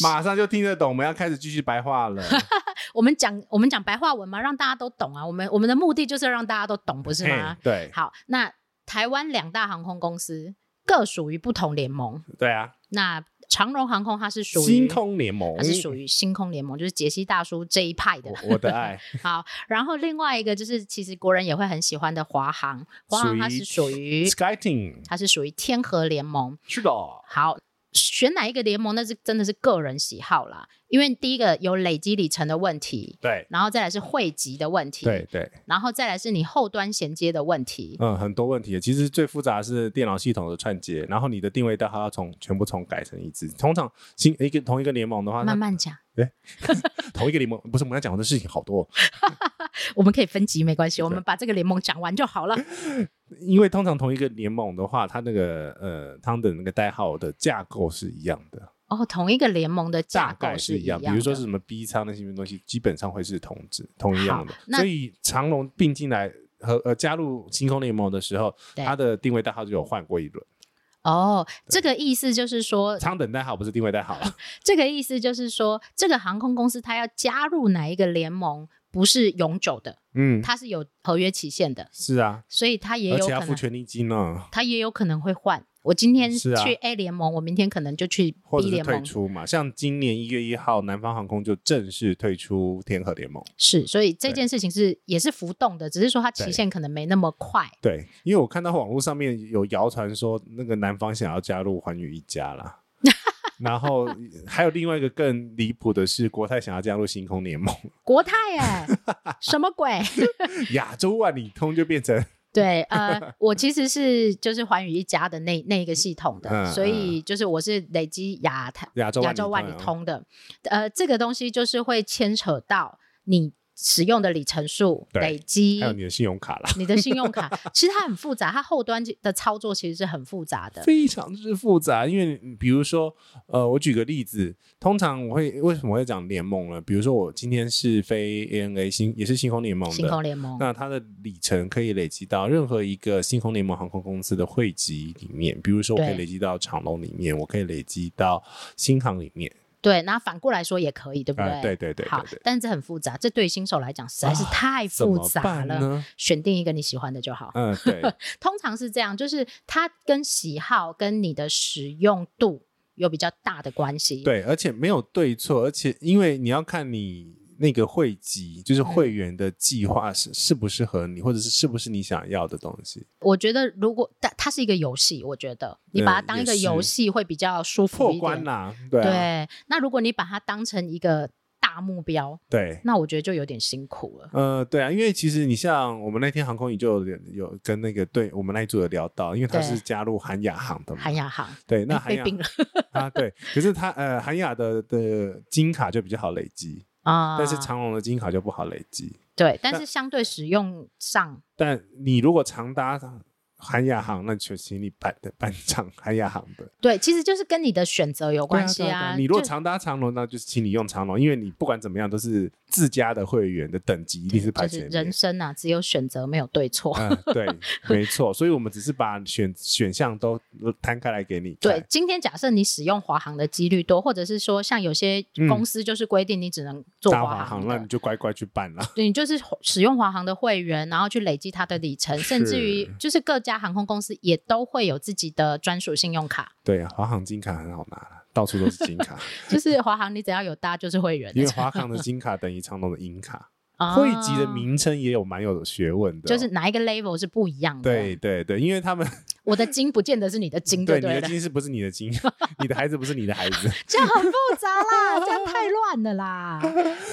Speaker 2: 马上就听得懂，我们要开始继续白话 了，
Speaker 1: 我们讲我们讲白话文嘛，让大家都懂啊。我们我们的目的就是要让大家都懂，不是吗
Speaker 2: 嘿？对
Speaker 1: 好，那台湾两大航空公司各属于不同联盟。
Speaker 2: 对啊，
Speaker 1: 那长荣航空它是属于
Speaker 2: 星，空联盟
Speaker 1: 它是属于星空联盟，就是杰西大叔这一派的。
Speaker 2: 我我的 爱，
Speaker 1: 好，然后另外一个就是其实国人也会很喜欢的华航，华航它是属于
Speaker 2: SkyTeam，
Speaker 1: 它是属于天河联盟。
Speaker 2: 是的，
Speaker 1: 好，选哪一个联盟那是真的是个人喜好啦，因为第一个有累积里程的问题。
Speaker 2: 对
Speaker 1: 然后再来是汇集的问题，
Speaker 2: 对，对。
Speaker 1: 然后再来是你后端衔接的问题，
Speaker 2: 嗯，很多问题。其实最复杂的是电脑系统的串接，然后你的定位代号要从全部重改成一致。通常新一个同一个联盟的话，
Speaker 1: 慢
Speaker 2: 那
Speaker 1: 慢讲，
Speaker 2: 同一个联盟不是我们要讲的事情好多，
Speaker 1: 我们可以分级没关系，我们把这个联盟讲完就好了。
Speaker 2: 因为通常同一个联盟的话，它那个呃它的那个代号的架构是一样的，
Speaker 1: 哦，同一个联盟的架
Speaker 2: 大
Speaker 1: 构
Speaker 2: 概
Speaker 1: 是
Speaker 2: 是
Speaker 1: 一
Speaker 2: 样。
Speaker 1: 样的，
Speaker 2: 比如说是什么 B 仓那些东西，基本上会是同质同一样的
Speaker 1: 好。那
Speaker 2: 所以长龙并进来和呃加入星空联盟的时候，
Speaker 1: 对
Speaker 2: 它的定位代号就有换过一轮。
Speaker 1: 哦，这个意思就是说，
Speaker 2: 舱等代号不是定位代号 啊了，
Speaker 1: 这个意思就是说，这个航空公司它要加入哪一个联盟，不是永久的，
Speaker 2: 嗯，
Speaker 1: 它是有合约期限的，
Speaker 2: 是啊，
Speaker 1: 所以它也
Speaker 2: 而
Speaker 1: 有
Speaker 2: 且要
Speaker 1: 可
Speaker 2: 付
Speaker 1: 能，
Speaker 2: 权利金呢。
Speaker 1: 它也有可能会换。我今天
Speaker 2: 是啊
Speaker 1: 去 A 联盟，我明天可能就去
Speaker 2: 或
Speaker 1: B
Speaker 2: 者是
Speaker 1: 联
Speaker 2: 退
Speaker 1: 盟，
Speaker 2: 出嘛。像今年一月一号，南方航空就正式退出天河联盟。
Speaker 1: 是，所以这件事情是也是浮动的，只是说它期
Speaker 2: 对
Speaker 1: 限可能没那么快。
Speaker 2: 对，因为我看到网络上面有谣传说，那个南方想要加入寰宇一家 啦。然后还有另外一个更离谱的是，国泰想要加入星空联盟，
Speaker 1: 国泰哎、什么鬼？
Speaker 2: 亚洲万里通就变成
Speaker 1: 对， 呃，我其实是就是环宇一家的那那一个系统的，
Speaker 2: 嗯
Speaker 1: 所以就是我是累积亚太
Speaker 2: 亚洲
Speaker 1: 亚洲万里
Speaker 2: 通。啊
Speaker 1: 通的，呃，这个东西就是会牵扯到你使用的里程数
Speaker 2: 对
Speaker 1: 累积
Speaker 2: 还，有你的信用卡啦，
Speaker 1: 你的信用卡，其实它很复杂，它后端的操作其实是很复杂的。
Speaker 2: 非常之复杂。因为比如说，呃，我举个例子，通常我会为什么会讲联盟呢？比如说我今天是飞 ANA 星，也是星空联盟
Speaker 1: 星
Speaker 2: 的，
Speaker 1: 空联盟，
Speaker 2: 那它的里程可以累积到任何一个星空联盟航空公司的汇集里面，比如说我可以
Speaker 1: 对
Speaker 2: 累积到长龙里面，我可以累积到新航里面。
Speaker 1: 对，那反过来说也可以，对不
Speaker 2: 啊，对对对
Speaker 1: 好
Speaker 2: 对，对，
Speaker 1: 但是这很复杂，这对新手来讲实在是
Speaker 2: 啊
Speaker 1: 太
Speaker 2: 怎
Speaker 1: 复
Speaker 2: 么
Speaker 1: 杂
Speaker 2: 办
Speaker 1: 了。
Speaker 2: 呢？
Speaker 1: 选定一个你喜欢的就好。
Speaker 2: 嗯，对，
Speaker 1: 通常是这样，就是它跟喜好跟你的使用度有比较大的关系。，
Speaker 2: 对，而且没有对错，而且因为你要看你那个会籍，就是
Speaker 1: 嗯
Speaker 2: 会员的计划是适不适合你，或者是是不是你想要的东西。
Speaker 1: 我觉得如果它它是一个游戏，我觉得你把它
Speaker 2: 嗯
Speaker 1: 当一
Speaker 2: 也
Speaker 1: 个
Speaker 2: 是
Speaker 1: 游戏会比较舒服
Speaker 2: 破
Speaker 1: 一
Speaker 2: 关
Speaker 1: 点。
Speaker 2: 啦、对啊，
Speaker 1: 对，那如果你把它当成一个大目标，
Speaker 2: 对。
Speaker 1: 那我觉得就有点辛苦了。
Speaker 2: 呃，对啊，因为其实你像我们那天航空宇宙有有跟那个对我们那一组有聊到，因为他
Speaker 1: 对
Speaker 2: 是加入韩亚航的嘛，
Speaker 1: 韩亚航
Speaker 2: 对，那
Speaker 1: 哎
Speaker 2: 韩
Speaker 1: 被
Speaker 2: 亚
Speaker 1: 并了
Speaker 2: 啊，对，可是他呃韩亚的的金卡就比较好累积，
Speaker 1: 啊，
Speaker 2: 但是长龙的金卡就不好累积。
Speaker 1: 对，但
Speaker 2: 那
Speaker 1: 是相对使用上，
Speaker 2: 但你如果长搭韩亚航，那就请你办的办长韩亚航的。
Speaker 1: 对，其实就是跟你的选择有关系
Speaker 2: 对啊对啊对啊你若
Speaker 1: 就
Speaker 2: 常搭长龙，那就是请你用长龙，因为你不管怎么样都是自家的会员的等级一定是排
Speaker 1: 就是
Speaker 2: 前
Speaker 1: 人
Speaker 2: 面。
Speaker 1: 生啊，只有选择没有对错。
Speaker 2: 嗯，对，没错，所以我们只是把选选项都摊开来给你看。
Speaker 1: 对，今天假设你使用华航的几率多，或者是说像有些
Speaker 2: 嗯
Speaker 1: 公司就是规定你只能做
Speaker 2: 搭
Speaker 1: 华
Speaker 2: 华
Speaker 1: 航
Speaker 2: 航，
Speaker 1: 的，
Speaker 2: 那你就乖乖去办了。
Speaker 1: 对你就是使用华航的会员，然后去累积它的里程，甚至于就是各家航空公司也都会有自己的专属信用卡。
Speaker 2: 对，啊华航金卡很好拿啦，到处都是金 卡，
Speaker 1: 就是华航，你只要有搭就是会员的，
Speaker 2: 因为华航的金卡等于长龙的银卡。
Speaker 1: 啊
Speaker 2: 汇集的名称也有蛮有学问的哦、
Speaker 1: 就是哪一个 level 是不一样的。
Speaker 2: 对，对对，因为他们
Speaker 1: 我的金不见得是你的金，
Speaker 2: 对
Speaker 1: 不
Speaker 2: 你的
Speaker 1: 对？
Speaker 2: 金是不是你的 金，你的孩子不是你的孩子，
Speaker 1: 这样很复杂啦，这样太乱了啦。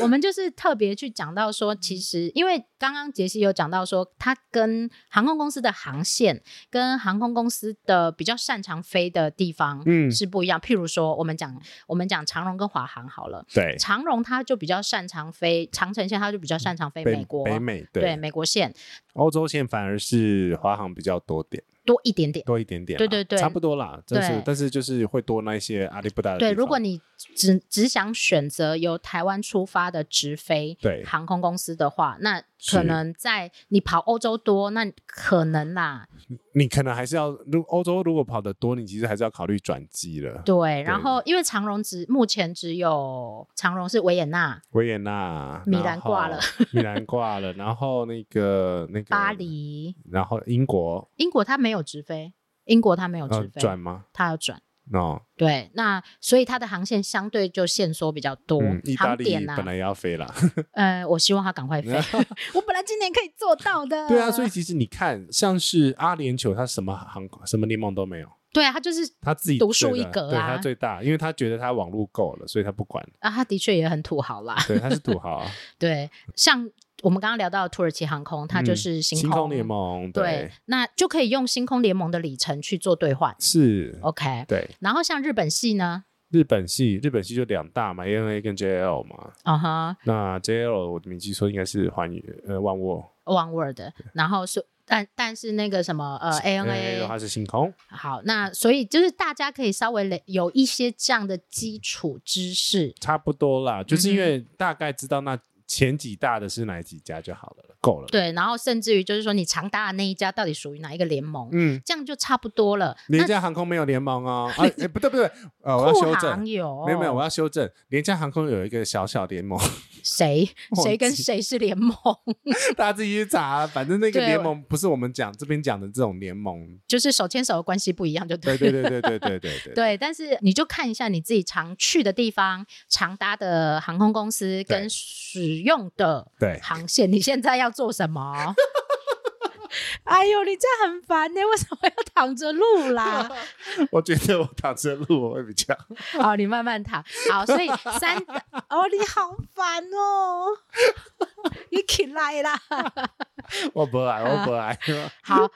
Speaker 1: 我们就是特别去讲到说，其实因为刚刚杰西有讲到说，他跟航空公司的航线跟航空公司的比较擅长飞的地方
Speaker 2: 嗯
Speaker 1: 是不一样。譬如说，我们讲我们讲长荣跟华航好了，
Speaker 2: 对，
Speaker 1: 长荣它就比较擅长飞长城线，它就比较擅长飞
Speaker 2: 北
Speaker 1: 美国。
Speaker 2: 北美
Speaker 1: 对
Speaker 2: 对，
Speaker 1: 美国线
Speaker 2: 欧洲线反而是华航比较多点
Speaker 1: 多一点点。
Speaker 2: 多一点点啦，
Speaker 1: 对对对
Speaker 2: 差不多啦，真是
Speaker 1: 对，
Speaker 2: 但是就是会多那一些阿里不达的地
Speaker 1: 对，
Speaker 2: 方。
Speaker 1: 如果你只只想选择由台湾出发的直飞
Speaker 2: 对
Speaker 1: 航空公司的话，那
Speaker 2: 是
Speaker 1: 可能在你跑欧洲多，那可能啦，
Speaker 2: 你可能还是要，如欧洲如果跑得多，你其实还是要考虑转机了。
Speaker 1: 对。然后因为长荣只目前只有长荣是维也纳、
Speaker 2: 维也纳、
Speaker 1: 米兰挂了
Speaker 2: 然后， 米兰挂了，然后那个那个
Speaker 1: 巴，黎、哦
Speaker 2: 然后英国
Speaker 1: 英国，它没有直飞，英国它没有
Speaker 2: 呃
Speaker 1: 直飞，
Speaker 2: 转吗？哦
Speaker 1: 它要转。
Speaker 2: no，
Speaker 1: 对，那所以它的航线相对就限缩比较多，
Speaker 2: 嗯，意大
Speaker 1: 航
Speaker 2: 利
Speaker 1: 点啊
Speaker 2: 本，来也要飞啦。
Speaker 1: 呃，我希望它赶快飞， 我本来今年可以做到的。
Speaker 2: 对啊，所以其实你看，像是阿联酋，它什么航什么联盟都没有，
Speaker 1: 对啊，它就是
Speaker 2: 它自己
Speaker 1: 独树
Speaker 2: 对
Speaker 1: 一
Speaker 2: 的
Speaker 1: 格
Speaker 2: 对
Speaker 1: 啊
Speaker 2: 它最大，因为它觉得它网络够了，所以它不管。
Speaker 1: 啊，它的确也很土豪啦。
Speaker 2: 对，它是土豪 啊，
Speaker 1: 对，像我们刚刚聊到土耳其航空，它就
Speaker 2: 嗯
Speaker 1: 是星
Speaker 2: 星空联。盟，
Speaker 1: 对，那就可以用星空联盟的里程去做兑换。
Speaker 2: 是，
Speaker 1: OK，
Speaker 2: 对，
Speaker 1: 然后像日本系呢，
Speaker 2: 日本系，日本系就两大嘛，ANA 跟 JL 嘛。
Speaker 1: 啊哈
Speaker 2: 那 JL 我没记错，应该是环宇呃万沃
Speaker 1: ，One World，然后是但但是那个什么呃
Speaker 2: 的话
Speaker 1: ANA，
Speaker 2: 是哎星空，
Speaker 1: 好，那所以就是大家可以稍微了有一些这样的基础知识。
Speaker 2: 差不多啦，就是因为大概知道那前几大的是哪几家就好了，够了。，
Speaker 1: 对，然后甚至于就是说，你常搭的那一家到底属于哪一个联盟，
Speaker 2: 嗯，
Speaker 1: 这样就差不多了。
Speaker 2: 廉价航空没有联盟哦，啊，诶不对不对，呃，我要
Speaker 1: 护
Speaker 2: 修正
Speaker 1: 航，有
Speaker 2: 没有没有，我要修正，廉价航空有一个小小联盟，
Speaker 1: 谁
Speaker 2: 忘
Speaker 1: 谁跟
Speaker 2: 记
Speaker 1: 谁是联盟？
Speaker 2: 大家自己去查，啊反正那个
Speaker 1: 对
Speaker 2: 联盟不是我们讲这边讲的这种联盟，
Speaker 1: 就是手牵手的关系不一样，就对
Speaker 2: 对
Speaker 1: 了。
Speaker 2: 对对对对对对 对，
Speaker 1: 对，但是你就看一下你自己常去的地方、常搭的航空公司跟使用的
Speaker 2: 对
Speaker 1: 航线，你现在要做什 么？哎呦，你这样很烦呢、为什么要躺着录 啦？
Speaker 2: 我觉得我躺着录我会比较，
Speaker 1: 好，哦你慢慢躺。好，所以三 哦，你好烦哦， 你起来啦。
Speaker 2: 我不爱我不爱，
Speaker 1: 好，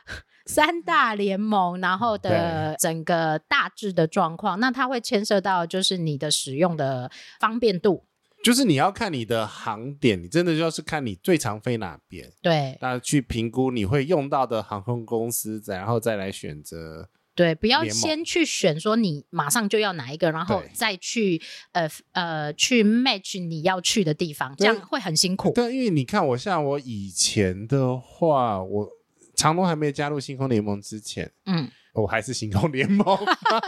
Speaker 1: 三大联盟，然后的整个大致的状况，那它会牵涉到就是你的使用的方便度，
Speaker 2: 就是你要看你的航点，你真的就是看你最常飞哪边，
Speaker 1: 对
Speaker 2: 那去评估你会用到的航空公司，然后再来选择，
Speaker 1: 对，不要
Speaker 2: 联盟
Speaker 1: 先去选说你马上就要哪一个，然后
Speaker 2: 对
Speaker 1: 再去呃呃去 match 你要去的地方，这
Speaker 2: 对
Speaker 1: 样会很辛苦。
Speaker 2: 对，因为你看，我像我以前的话，我长隆还没加入星空联盟之前，
Speaker 1: 嗯，
Speaker 2: 我还是星空联盟，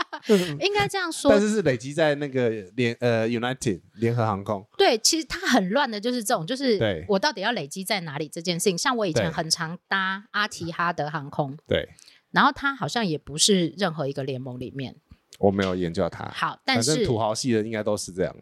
Speaker 1: 应该这样说
Speaker 2: 嗯但，是是累积在那个联呃 United 联合航空，
Speaker 1: 对，其实它很乱的，就是这种，就是
Speaker 2: 对
Speaker 1: 我到底要累积在哪里这件事情。像我以前
Speaker 2: 对
Speaker 1: 很常搭阿提哈德航空，
Speaker 2: 对
Speaker 1: 然后它好像也不是任何一个联盟里面。
Speaker 2: 我没有研究它，
Speaker 1: 好，但
Speaker 2: 啊反正
Speaker 1: 是
Speaker 2: 土豪系的应该都是这样。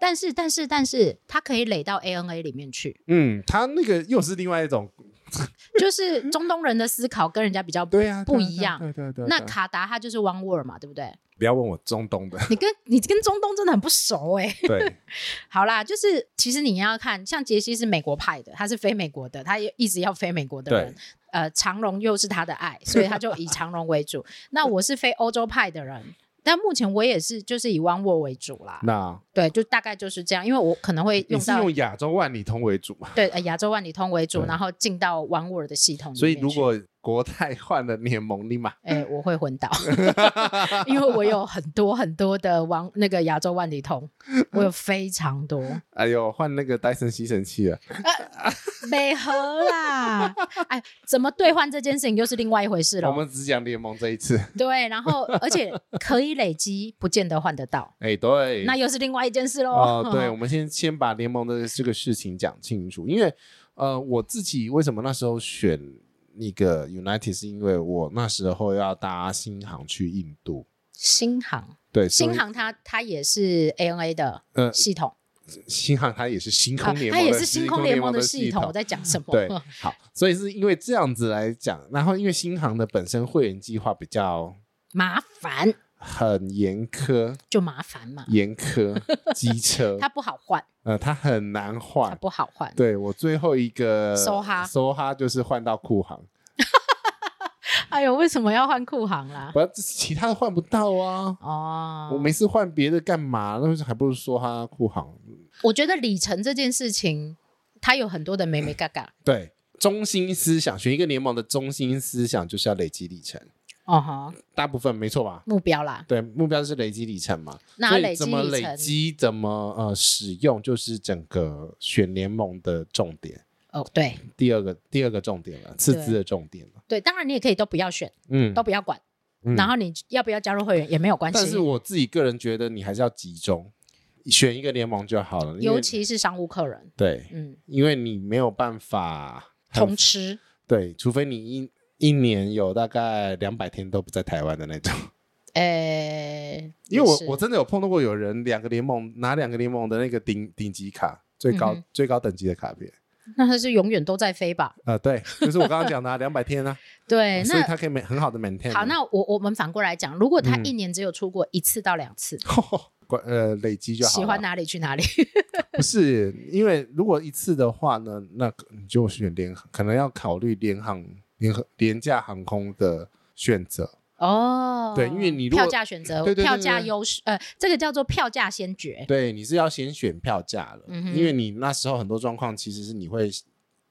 Speaker 1: 但是但是但是，它可以垒到 ANA 里面去，
Speaker 2: 嗯，他那个又是另外一种，
Speaker 1: 就是中东人的思考跟人家比较不。
Speaker 2: 对啊，
Speaker 1: 不一样
Speaker 2: 对对对。对啊
Speaker 1: 那
Speaker 2: 对
Speaker 1: 卡达它就是 One World 嘛，对不对？
Speaker 2: 不要问我中东的，
Speaker 1: 你跟你跟中东真的很不熟哎、
Speaker 2: 对，
Speaker 1: 好啦，就是其实你要看，像杰西是美国派的，他是飞美国的，他也一直要飞美国的人
Speaker 2: 对。
Speaker 1: 呃，长荣又是他的爱，所以他就以长荣为主。那我是飞欧洲派的人，但目前我也是就是以 One World 为主啦。
Speaker 2: 那
Speaker 1: 对，就大概就是这样，因为我可能会
Speaker 2: 你
Speaker 1: 用
Speaker 2: 是
Speaker 1: 到
Speaker 2: 用亚洲万里通为主嘛？
Speaker 1: 对呃亚洲万里通为主，
Speaker 2: 对
Speaker 1: 然后进到 OneWord 的系统里
Speaker 2: 所以
Speaker 1: 面
Speaker 2: 如
Speaker 1: 去
Speaker 2: 果国泰换了联盟，立马
Speaker 1: 哎、我会 昏倒，因为我有很多很多的王那个亚洲万里通，我有非常多，
Speaker 2: 哎呦换那个戴森吸尘器了，
Speaker 1: 美和啦，哎，怎么兑换这件事情又是另外一回事
Speaker 2: 我
Speaker 1: 了。
Speaker 2: 们只讲联盟这一次。
Speaker 1: 对，然后而且可以累积，不见得换得到，
Speaker 2: 哎，对，
Speaker 1: 那又是另外一件事喽。
Speaker 2: 哦，对，我们先先把联盟的这个事情讲清楚，因为呃，我自己为什么那时候选那个 United，是因为我那时候要搭新航去印度，
Speaker 1: 新航，
Speaker 2: 对，所以
Speaker 1: 新航它它也是 ANA 的
Speaker 2: 呃，
Speaker 1: 系统，
Speaker 2: 新航它也是星
Speaker 1: 啊
Speaker 2: 空联盟的、
Speaker 1: 它也是
Speaker 2: 星
Speaker 1: 星空
Speaker 2: 联
Speaker 1: 联盟
Speaker 2: 的
Speaker 1: 的系
Speaker 2: 统
Speaker 1: 统。我，在讲什么？
Speaker 2: 对，好，所以是因为这样子来讲，然后因为新航的本身会员计划比较
Speaker 1: 麻烦
Speaker 2: 很严苛，
Speaker 1: 就麻烦嘛，
Speaker 2: 严苛机车，
Speaker 1: 它不好换，
Speaker 2: 呃，它很难
Speaker 1: 它
Speaker 2: 换。
Speaker 1: 不好换。
Speaker 2: 对我最后一个
Speaker 1: 梭哈
Speaker 2: 梭哈就是换到酷航。
Speaker 1: 哎呦，为什么要换酷航啦？
Speaker 2: 不要，这其他的换不到啊。
Speaker 1: 哦，
Speaker 2: 我每次换别的干嘛？那还不如说他酷航。
Speaker 1: 我觉得里程这件事情，它有很多的美美嘎 嘎。
Speaker 2: 对，中心思想，选一个联盟的中心思想就是要累积里程，
Speaker 1: 哦哈，
Speaker 2: 大部分没错吧？
Speaker 1: 目标啦，
Speaker 2: 对，目标是累积里程嘛。
Speaker 1: 那
Speaker 2: 所
Speaker 1: 累
Speaker 2: 以
Speaker 1: 积
Speaker 2: 怎么
Speaker 1: 里
Speaker 2: 累
Speaker 1: 程，
Speaker 2: 积，怎么呃使用，就是整个选联盟的重点。
Speaker 1: 哦，对
Speaker 2: 第二个第二个重点了，次之的重点了。
Speaker 1: 对，当然你也可以都不要选，
Speaker 2: 嗯
Speaker 1: 都，不要管，
Speaker 2: 嗯
Speaker 1: 然后你要不要加入会员也没有关
Speaker 2: 但
Speaker 1: 系
Speaker 2: 是，我自己个人觉得，你还是要集中，选一个联盟就好了。因为
Speaker 1: 尤其是商务客人，
Speaker 2: 对，
Speaker 1: 嗯，
Speaker 2: 因为你没有办法很
Speaker 1: 通吃
Speaker 2: 对，除非你一一年有大概两百天都不在台湾的那种。
Speaker 1: 呃，
Speaker 2: 因为我
Speaker 1: 也是
Speaker 2: 我真的有碰到过有人两个联盟拿两个联盟的那个顶顶级卡，最高、
Speaker 1: 嗯哼
Speaker 2: 最高等级的卡片。
Speaker 1: 那他是永远都在飞吧？
Speaker 2: 呃，对，就是我刚刚讲的两、0百天啊，
Speaker 1: 对，
Speaker 2: 所以
Speaker 1: 哎那
Speaker 2: 他可以每很好的 maintain 啊。
Speaker 1: 好， 那我我们反过来讲，如果他
Speaker 2: 嗯
Speaker 1: 一年只有出过一次到两次，
Speaker 2: 管呃累积就好了。
Speaker 1: 喜欢哪里去哪里，
Speaker 2: 不是因为如果一次的话呢，那你就选联，可能要考虑联航、联合、廉价航空的选择。
Speaker 1: 哦，
Speaker 2: 对因为你如果
Speaker 1: 票价选择，
Speaker 2: 对对对对
Speaker 1: 票价优势，呃，这个叫做票价先决。
Speaker 2: 对，你是要先选票价了，
Speaker 1: 嗯哼
Speaker 2: 因为你那时候很多状况其实是你会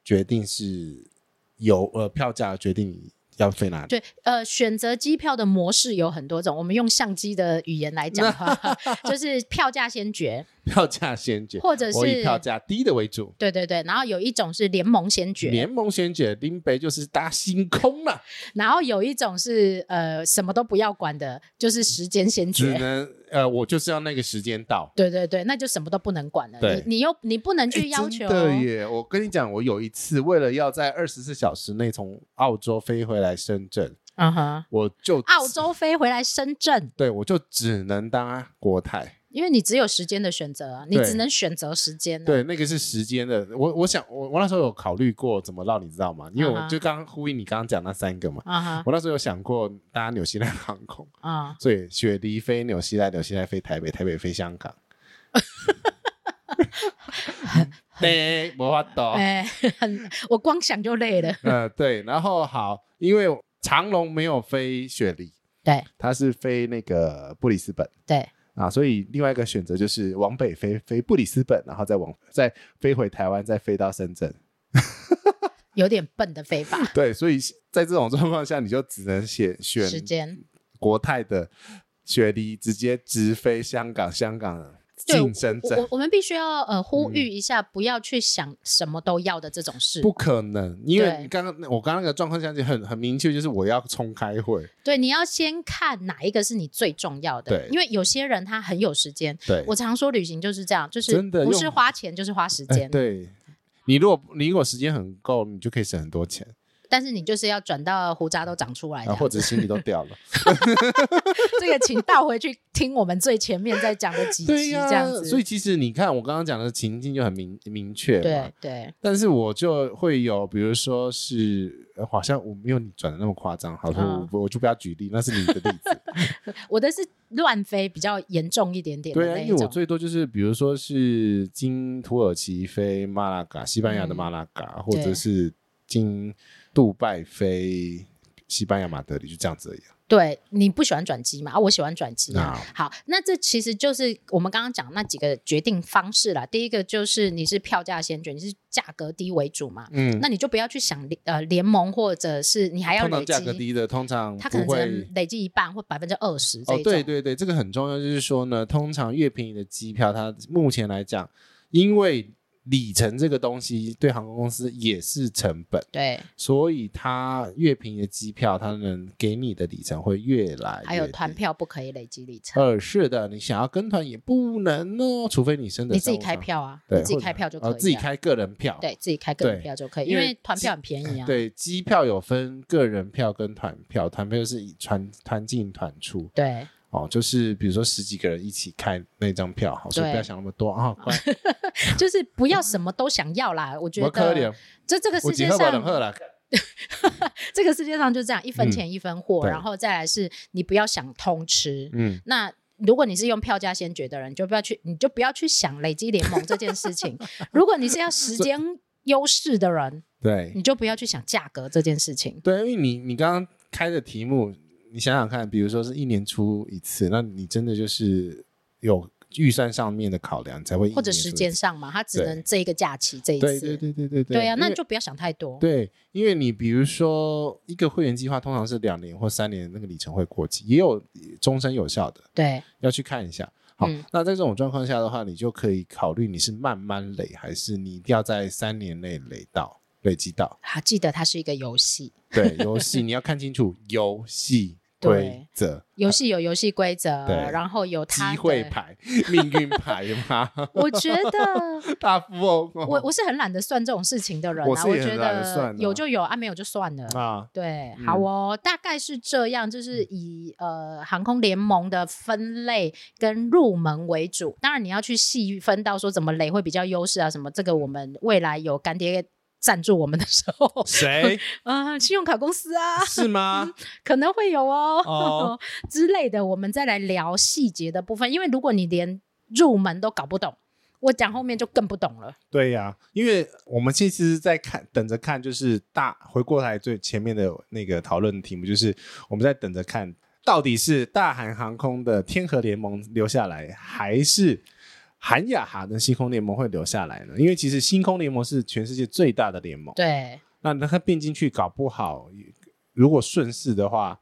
Speaker 2: 决定是由呃票价决定你要飞哪里。
Speaker 1: 对，呃，选择机票的模式有很多种，我们用相机的语言来 讲的话，就是票价先决，
Speaker 2: 票价先决，
Speaker 1: 或者
Speaker 2: 我以
Speaker 1: 是
Speaker 2: 票价低的为主。
Speaker 1: 对对对，然后有一种是联盟先决，
Speaker 2: 联盟先决，林北就是搭星空了，
Speaker 1: 然后有一种是呃什么都不要管的，就是时间先
Speaker 2: 只
Speaker 1: 决。
Speaker 2: 能呃，我就是要那个时间到。
Speaker 1: 对对对，那就什么都不能管了。
Speaker 2: 对
Speaker 1: 你你又你不能去
Speaker 2: 诶
Speaker 1: 要求，
Speaker 2: 哎真的耶！我跟你讲，我有一次为了要在二十四小时内从澳洲飞回来深圳，
Speaker 1: 嗯哼，
Speaker 2: 我就
Speaker 1: 澳洲飞回来深圳，
Speaker 2: 对我就只能搭国泰。
Speaker 1: 因为你只有时间的选择啊，你
Speaker 2: 对
Speaker 1: 只能选择时间、啊。
Speaker 2: 对，那个是时间的。我我想，我我那时候有考虑过怎么绕，你知道吗？因为
Speaker 1: 啊哈
Speaker 2: 我就刚刚呼应你刚刚讲那三个嘛。
Speaker 1: 啊哈
Speaker 2: 我那时候有想过搭纽西兰航空，
Speaker 1: 啊，
Speaker 2: 所以雪梨飞纽西兰，纽西兰飞台北，台北飞香 港。 对，没法度。
Speaker 1: 哎、很，我光想就累 了。
Speaker 2: 呃，对，然后好，因为长龙没有飞雪梨，
Speaker 1: 对
Speaker 2: 它是飞那个布里斯本。
Speaker 1: 对，
Speaker 2: 啊，所以另外一个选择就是往北飞，飞布里斯本，然后再往再飞回台湾，再飞到深圳。
Speaker 1: 有点笨的飞法。
Speaker 2: 对，所以在这种状况下，你就只能选选
Speaker 1: 时间。
Speaker 2: 国泰的雪梨，直接直飞香港，香港
Speaker 1: 对
Speaker 2: 进深
Speaker 1: 我
Speaker 2: 圳
Speaker 1: 我，我们必须要呃呼吁一下，不要去想什么都要的这种事
Speaker 2: 嗯不。可能，因为
Speaker 1: 对
Speaker 2: 你刚刚我刚刚那个状况下就很很明确，就是我要冲开会，
Speaker 1: 对，你要先看哪一个是你最重要的
Speaker 2: 对，
Speaker 1: 因为有些人他很有时间。
Speaker 2: 对，
Speaker 1: 我常说旅行就是这样，就是
Speaker 2: 真的
Speaker 1: 不
Speaker 2: 用
Speaker 1: 是花钱就是花时
Speaker 2: 哎
Speaker 1: 间，
Speaker 2: 对。你如果你如果时间很够，你就可以省很多钱，
Speaker 1: 但是你就是要转到胡渣都长出来这
Speaker 2: 啊，
Speaker 1: 样
Speaker 2: 或者心里都掉了。
Speaker 1: 这个请倒回去听我们最前面在讲的几
Speaker 2: 对
Speaker 1: 集
Speaker 2: 呀、
Speaker 1: 这样子。
Speaker 2: 所以其实你看我刚刚讲的情境就很明明确嘛。
Speaker 1: 对对，
Speaker 2: 但是我就会有，比如说是，呃好像我没有你转的那么夸张，好，我、
Speaker 1: 嗯
Speaker 2: 我就不要举例，那是你的例 子。
Speaker 1: 我的是乱飞比较严重一点点的
Speaker 2: 对啊，
Speaker 1: 那一
Speaker 2: 因为我
Speaker 1: 种。
Speaker 2: 最多就是，比如说是经土耳其飞马
Speaker 1: 嗯
Speaker 2: 拉嘎，西班牙的马拉嘎，或者是经杜拜飞西班牙马德里，就这样子而已啊、
Speaker 1: 对你不喜欢转机嘛？啊，我喜欢转机啊。
Speaker 2: 那
Speaker 1: 好，那这其实就是我们刚刚讲那几个决定方式啦。第一个就是你是票价先决，你是价格低为主嘛，
Speaker 2: 嗯，
Speaker 1: 那你就不要去想呃联盟或者是你还要
Speaker 2: 通
Speaker 1: 累
Speaker 2: 常价格
Speaker 1: 积，
Speaker 2: 低的，通常
Speaker 1: 它可能
Speaker 2: 不
Speaker 1: 只
Speaker 2: 会
Speaker 1: 能累积一半或百分之二十这
Speaker 2: 哦
Speaker 1: 一，种。
Speaker 2: 对对对，这个很重要，就是说呢，通常越便宜的机票，它目前来讲，因为里程这个东西对航空公司也是成本，
Speaker 1: 对
Speaker 2: 所以它越便宜的机票，它能给你的里程会越来越
Speaker 1: 还有团
Speaker 2: 低。
Speaker 1: 票不可以累积里程，
Speaker 2: 呃，是的，你想要跟团也不能哦，除非你真的
Speaker 1: 你自己
Speaker 2: 商务
Speaker 1: 开
Speaker 2: 舱，
Speaker 1: 票啊，你
Speaker 2: 对，
Speaker 1: 自己
Speaker 2: 或者
Speaker 1: 开票就可以、
Speaker 2: 呃
Speaker 1: 啊
Speaker 2: 自己开个人票，
Speaker 1: 对自己开个人
Speaker 2: 对
Speaker 1: 票就可以，因
Speaker 2: 因为
Speaker 1: 为团票很便宜啊。
Speaker 2: 对，机票有分个人票跟团票，团票就是以团团进团出
Speaker 1: 对
Speaker 2: 哦，就是比如说十几个人一起开那张票，好，所以
Speaker 1: 对哦
Speaker 2: 不要想那么多啊，乖，
Speaker 1: 就是不要什么都想要啦。我觉
Speaker 2: 嗯我可
Speaker 1: 得
Speaker 2: 怜，
Speaker 1: 这这个世
Speaker 2: 我几
Speaker 1: 界
Speaker 2: 喝不能
Speaker 1: 上，嗯
Speaker 2: 喝了，
Speaker 1: 这个世界上就这样，一分钱一分货，
Speaker 2: 对
Speaker 1: 然后再来是你不要想通吃。
Speaker 2: 嗯，
Speaker 1: 那如果你是用票价先决的人，你就不要去，你就不要去想累积联盟这件事 情。如果你是要时间优势的人，
Speaker 2: 对
Speaker 1: 你就不要去想价格这件事情。
Speaker 2: 对，因为你你刚刚开的题目，你想想看，比如说是一年出一次，那你真的就是有预算上面的考量才会一年出一次，
Speaker 1: 或者时间上嘛，它只
Speaker 2: 对
Speaker 1: 能这一个假期这一次。
Speaker 2: 对，对对对对对
Speaker 1: 对啊，那
Speaker 2: 因
Speaker 1: 你
Speaker 2: 为
Speaker 1: 就不要想太多。
Speaker 2: 对，因为你比如说一个会员计划，通常是两年或三年，那个里程会过期，也有终身有效的，
Speaker 1: 对
Speaker 2: 要去看一下。好，
Speaker 1: 嗯
Speaker 2: 那在这种状况下的话，你就可以考虑你是慢慢累，还是你一定要在三年内累到累积到。
Speaker 1: 啊，记得它是一个游戏，
Speaker 2: 对，游戏你要看清楚游戏规则、
Speaker 1: 游戏有游戏规则，
Speaker 2: 对
Speaker 1: 然后有它
Speaker 2: 机
Speaker 1: 的
Speaker 2: 会。 牌、命运牌吗？
Speaker 1: 我觉得
Speaker 2: 大富翁 哦，
Speaker 1: 我我是很懒得算这种事情的人啊，
Speaker 2: 我
Speaker 1: 我
Speaker 2: 是也
Speaker 1: 觉
Speaker 2: 很懒得算
Speaker 1: 得
Speaker 2: 啊
Speaker 1: 有就有啊，没有就算了。
Speaker 2: 啊，
Speaker 1: 对，
Speaker 2: 嗯
Speaker 1: 好哦，大概是这样，就是以呃航空联盟的分类跟入门为主。当然，你要去细分到说怎么垒会比较优势啊，什么这个我们未来有干爹赞助我们的时候，
Speaker 2: 谁
Speaker 1: 啊，信用卡公司啊，
Speaker 2: 是吗？
Speaker 1: 可能会有哦
Speaker 2: 哦
Speaker 1: 之类的，我们再来聊细节的部分。因为如果你连入门都搞不懂，我讲后面就更不懂了。
Speaker 2: 对呀、因为我们其实，在看等着看，就是大回过来最前面的那个讨论题目，就是我们在等着看，到底是大韩航空的天河联盟留下来，还是韩亚航的星空联盟会留下来呢？因为其实星空联盟是全世界最大的联盟，
Speaker 1: 对，
Speaker 2: 那它并进去搞不好，如果顺势的话，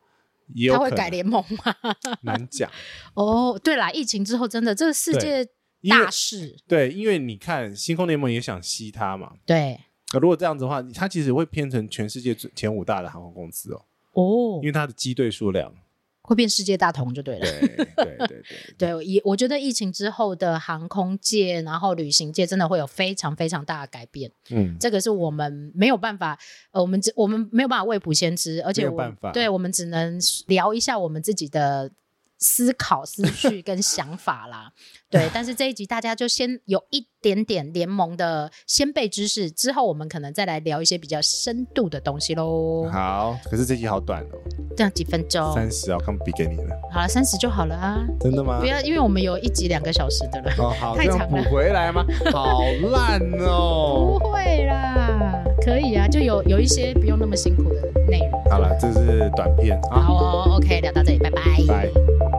Speaker 2: 也有
Speaker 1: 他
Speaker 2: 可
Speaker 1: 会
Speaker 2: 能
Speaker 1: 改联盟吗？
Speaker 2: 难讲，
Speaker 1: 哦，对啦，疫情之后真的这个世界
Speaker 2: 因为
Speaker 1: 大事，
Speaker 2: 对，因为你看星空联盟也想吸它嘛。
Speaker 1: 对
Speaker 2: 呃如果这样子的话，它其实会变成全世界最前五大的航空公司哦，
Speaker 1: 哦
Speaker 2: 因，为它的机队数量。
Speaker 1: 会变世界大同就对了。
Speaker 2: 对对对对
Speaker 1: 对，也我觉得疫情之后的航空界，然后旅行界真的会有非常非常大的改变。
Speaker 2: 嗯，
Speaker 1: 这个是我们没有办法，呃，我们只我们没有办法未卜先知，而且
Speaker 2: 没有
Speaker 1: 我
Speaker 2: 办法
Speaker 1: 对我们只能聊一下我们自己的思考、思绪跟想法啦。对，但是这一集大家就先有一点点联盟的先辈知识，之后我们可能再来聊一些比较深度的东西喽。
Speaker 2: 好，可是这集好短哦，
Speaker 1: 这样几分钟，
Speaker 2: 三十啊，我刚比给你了，
Speaker 1: 好了，三十就好了啊，
Speaker 2: 真的吗
Speaker 1: 不？要，因为我们有一集两个小时的了，
Speaker 2: 哦，好，
Speaker 1: 太
Speaker 2: 这样
Speaker 1: 长
Speaker 2: 补
Speaker 1: 了
Speaker 2: 回来吗？好烂
Speaker 1: 不
Speaker 2: 哦。
Speaker 1: 会啦，可以啊，就有有一些不用那么辛苦的内容。
Speaker 2: 好了，这是短片啊，
Speaker 1: 好哦，OK，聊到这里，拜拜。
Speaker 2: 拜。